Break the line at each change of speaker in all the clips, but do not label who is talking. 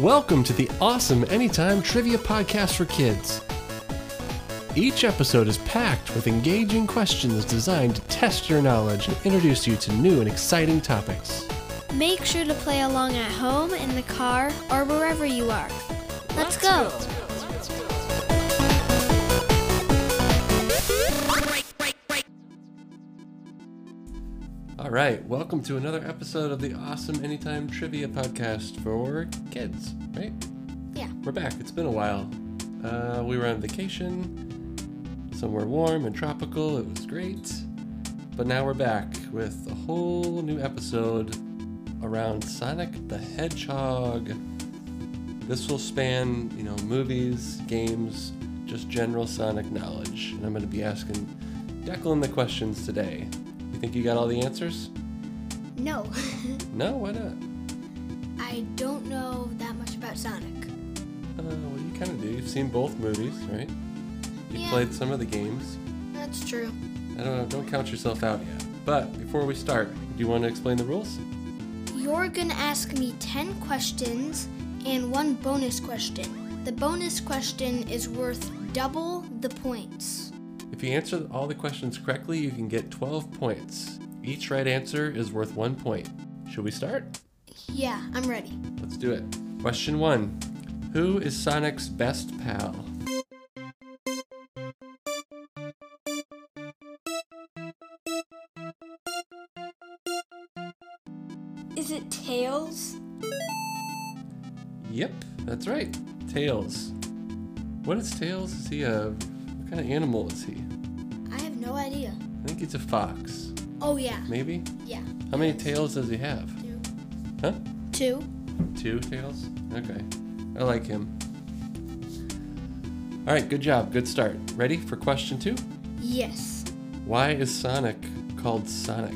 Welcome to the Awesome Anytime Trivia Podcast for Kids. Each episode is packed with engaging questions designed to test your knowledge and introduce you to new and exciting topics.
Make sure to play along at home, in the car, or wherever you are. Let's go.
All right, welcome to another episode of the Awesome Anytime Trivia Podcast for Kids, right?
Yeah.
We're back. It's been a while. Uh, we were on vacation somewhere warm and tropical. It was great. But now we're back with a whole new episode around Sonic the Hedgehog. This will span, you know, movies, games, just general Sonic knowledge. And I'm going to be asking Declan the questions today. You think you got all the answers?
No,
No, why not? Uh,
I don't know that much about Sonic.
Uh, well, you kind of do. You've seen both movies, right? You
Yeah.
played some of the games.
That's true.
I don't know. Don't count yourself out yet. But before we start, do you want to explain the rules?
You're gonna ask me 10 questions and one bonus question. The bonus question is worth double the points.
If you answer all the questions correctly, you can get 12 points. Each right answer is worth one point. Should we start?
Yeah, I'm ready.
Let's do it. Question one Who is Sonic's best pal?
Is it Tails?
Yep, that's right. Tails. What is Tails? Is he a. What kind of animal is he?
I have no idea.
I think he's a fox.
Oh, yeah.
Maybe?
Yeah.
How many tails does he have?
Two.
Huh?
Two?
Two tails? Okay. I like him. All right, good job. Good start. Ready for question two?
Yes.
Why is Sonic called Sonic?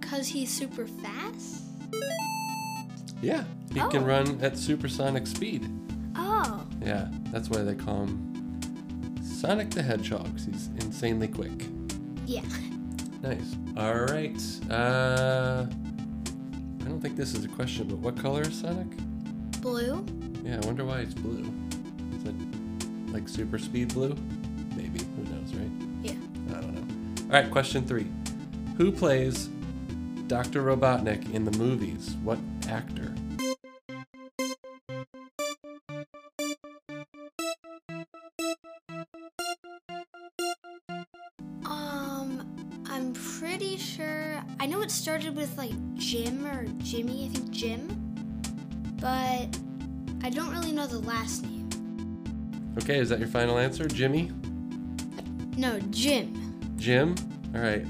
Because he's super fast?
Yeah, he
Oh.
can run at supersonic speed.
Oh.
Yeah, that's why they call him Sonic the Hedgehog. 'cause He's insanely quick.
Yeah.
Nice. All right. Uh, I don't think this is a question, but what color is Sonic?
Blue?
Yeah, I wonder why it's blue. Is it like super speed blue? Maybe. Who knows, right?
Yeah.
I don't know. All right, question three. Who plays Dr. Robotnik in the movies? What actor?
Um, I'm pretty sure. I know it started with like Jim or Jimmy, I think Jim. But I don't really know the last name.
Okay, is that your final answer? Jimmy?
No, Jim.
Jim? All right.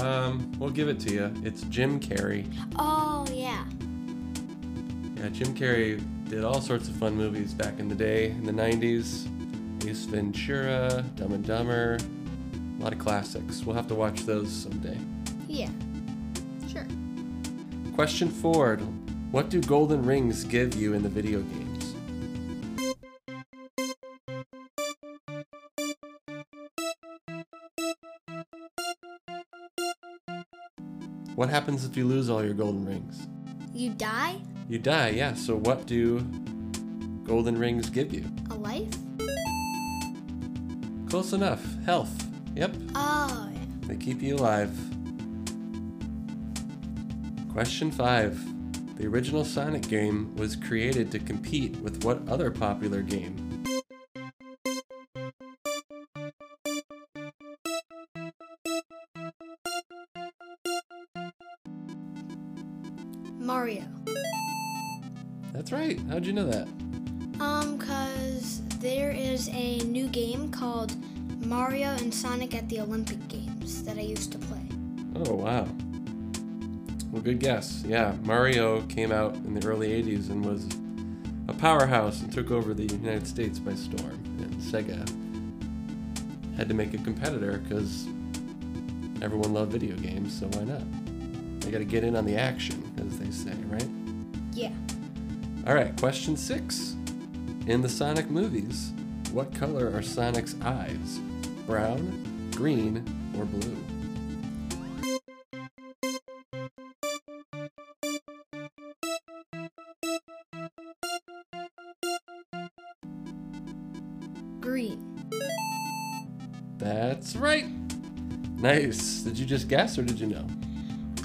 Um, we'll give it to you. It's Jim Carrey.
Oh, yeah.
Yeah, Jim Carrey did all sorts of fun movies back in the day, in the 90s. Ace Ventura, Dumb and Dumber, a lot of classics. We'll have to watch those someday.
Yeah. Sure.
Question four What do golden rings give you in the video games? What happens if you lose all your golden rings?
You die?
You die, yeah. So, what do golden rings give you?
A life?
Close enough. Health. Yep.
Oh, yeah.
They keep you alive. Question 5. The original Sonic game was created to compete with what other popular game?
Mario.
That's right. How'd you know that?
Um, cause there is a new game called Mario and Sonic at the Olympic Games that I used to play.
Oh, wow. Well, good guess. Yeah, Mario came out in the early 80s and was a powerhouse and took over the United States by storm. And Sega had to make a competitor because everyone loved video games, so why not? They got to get in on the action, as they say, right?
Yeah.
All right, question six. In the Sonic movies, what color are Sonic's eyes? brown, green, or blue?
Green.
That's right. Nice. Did you just guess or did you know?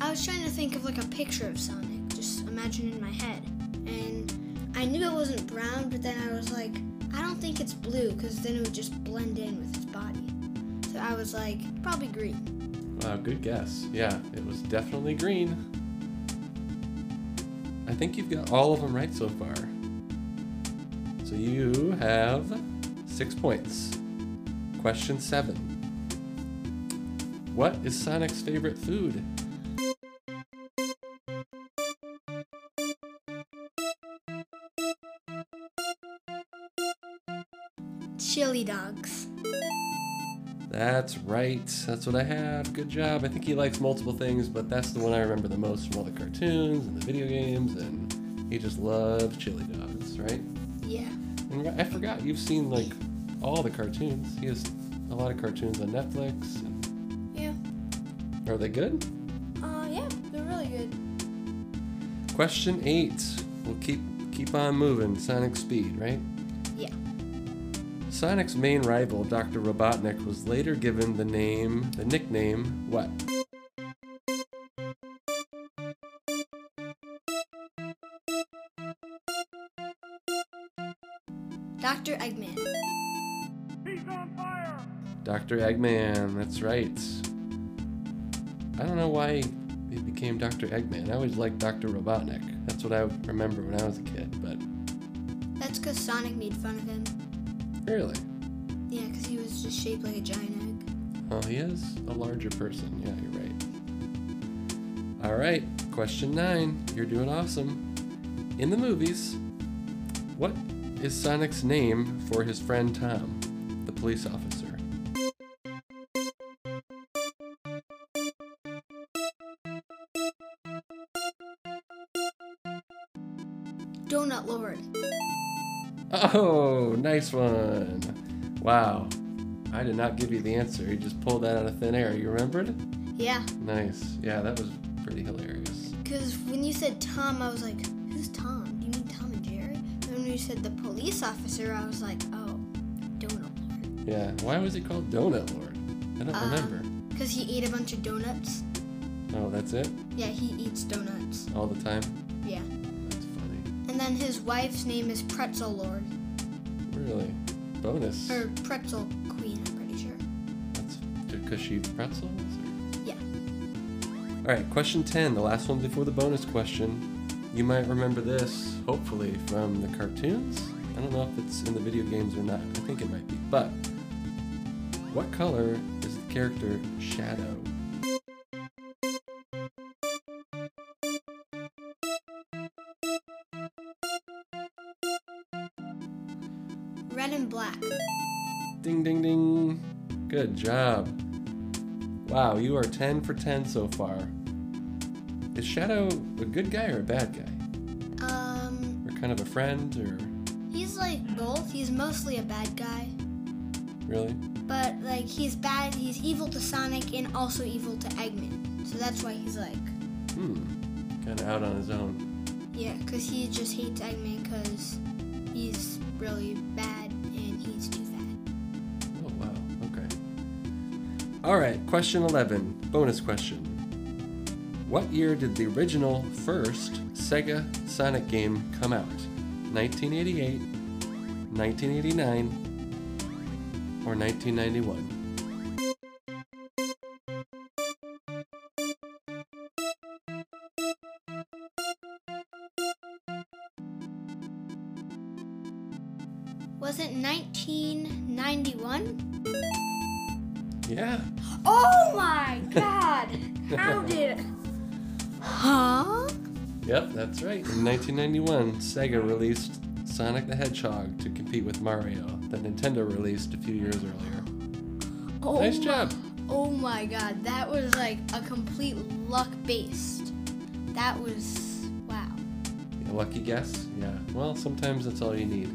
I was trying to think of like a picture of Sonic, just imagine in my head. And I knew it wasn't brown, but then I was like, I don't think it's blue because then it would just blend in with his body. So I was like, probably green.
Wow, Uh, good guess. Yeah, it was definitely green. I think you've got all of them right so far. So you have six points. Question seven What is Sonic's favorite food?
Chili dogs.
That's right. That's what I have. Good job. I think he likes multiple things, but that's the one I remember the most from all the cartoons and the video games, and he just loves chili dogs, right?
Yeah.
And I forgot you've seen like all the cartoons. He has a lot of cartoons on Netflix. And
Yeah.
are they good?
Uh, yeah, they're really good.
Question eight. We'll keep keep on moving. Sonic speed, right?
Yeah.
Sonic's main rival, Dr. Robotnik, was later given the name, the nickname, what?
Dr. Eggman.
Dr. Eggman. That's right. I don't know why it became Dr. Eggman. I always liked Dr. Robotnik. That's what I remember when I was a kid. But
That's because Sonic made fun of him.
really,
Yeah, because he was just shaped like a giant egg.
Oh, he is a larger person. Yeah, you're right. All right, question nine. You're doing awesome. In the movies, what is Sonic's name for his friend Tom, the police officer?
Donut Lord.
Oh, nice one. Wow. I did not give you the answer. You just pulled that out of thin air. You remembered?
Yeah,
Nice. Yeah, that was pretty hilarious.
because when you said Tom, I was like, who's Tom? Do you mean Tom and Jerry? And when you said the police officer, I was like, oh, Donut Lord.
Yeah. Why was he called Donut Lord? I don't
Uh,
remember.
Because he ate a bunch of donuts.
Oh, that's it?
Yeah, he eats donuts.
All the time?
Yeah.
That's funny.
And then his wife's name is Pretzel Lord.
Really? Bonus.
Or Pretzel Queen, I'm pretty sure.
That's because she eats pretzels? Or...
Yeah.
All right, question 10, the last one before the bonus question. You might remember this, hopefully, from the cartoons. I don't know if it's in the video games or not. I think it might be. But what color is the character Shadow?
Red and black.
Ding, ding, ding. Good job. Wow, you are 10 for 10 so far. Is Shadow a good guy or a bad guy?
Um,
Or kind of a friend or.
he's like both. He's mostly a bad guy.
Really?
But like he's bad, he's evil to Sonic and also evil to Eggman. So that's why he's like,
Hmm. Kind of out on his own.
yeah, because he just hates Eggman because he's really bad and he's too fat.
Oh, wow. Okay. All right, question 11. Bonus question. What year did the original first Sega Sonic game come out? 1988, 1989, or 1991?
Was it 1991?
Yeah.
Oh my God! How did? Huh?
Yep, that's right. In 1991, Sega released Sonic the Hedgehog to compete with Mario that Nintendo released a few years earlier.
Oh
Nice
my-
job.
Oh my God, that was like a complete luck based. That was wow.
A lucky guess? Yeah. Well, sometimes that's all you need.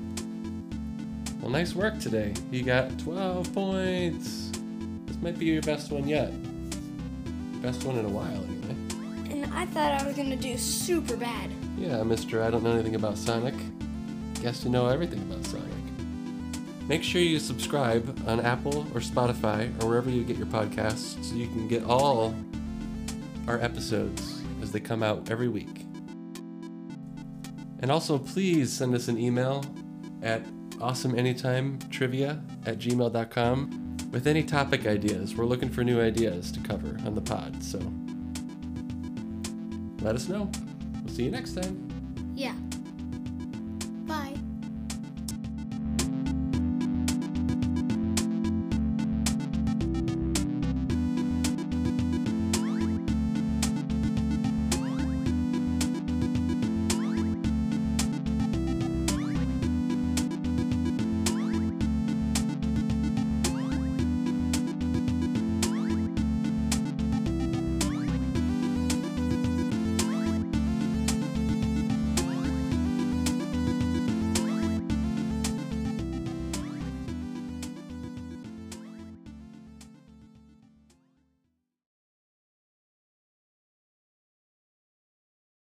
Well, nice work today. You got 12 points. This might be your best one yet. Best one in a while, anyway.
And I thought I was gonna do super bad.
Yeah, Mr. I don't know anything about Sonic. Guess you know everything about Sonic. Make sure you subscribe on Apple or Spotify or wherever you get your podcasts so you can get all our episodes as they come out every week. And also, please send us an email at awesomeanytimetrivia at gmail.com with any topic ideas. We're looking for new ideas to cover on the pod, so let us know. We'll see you next time.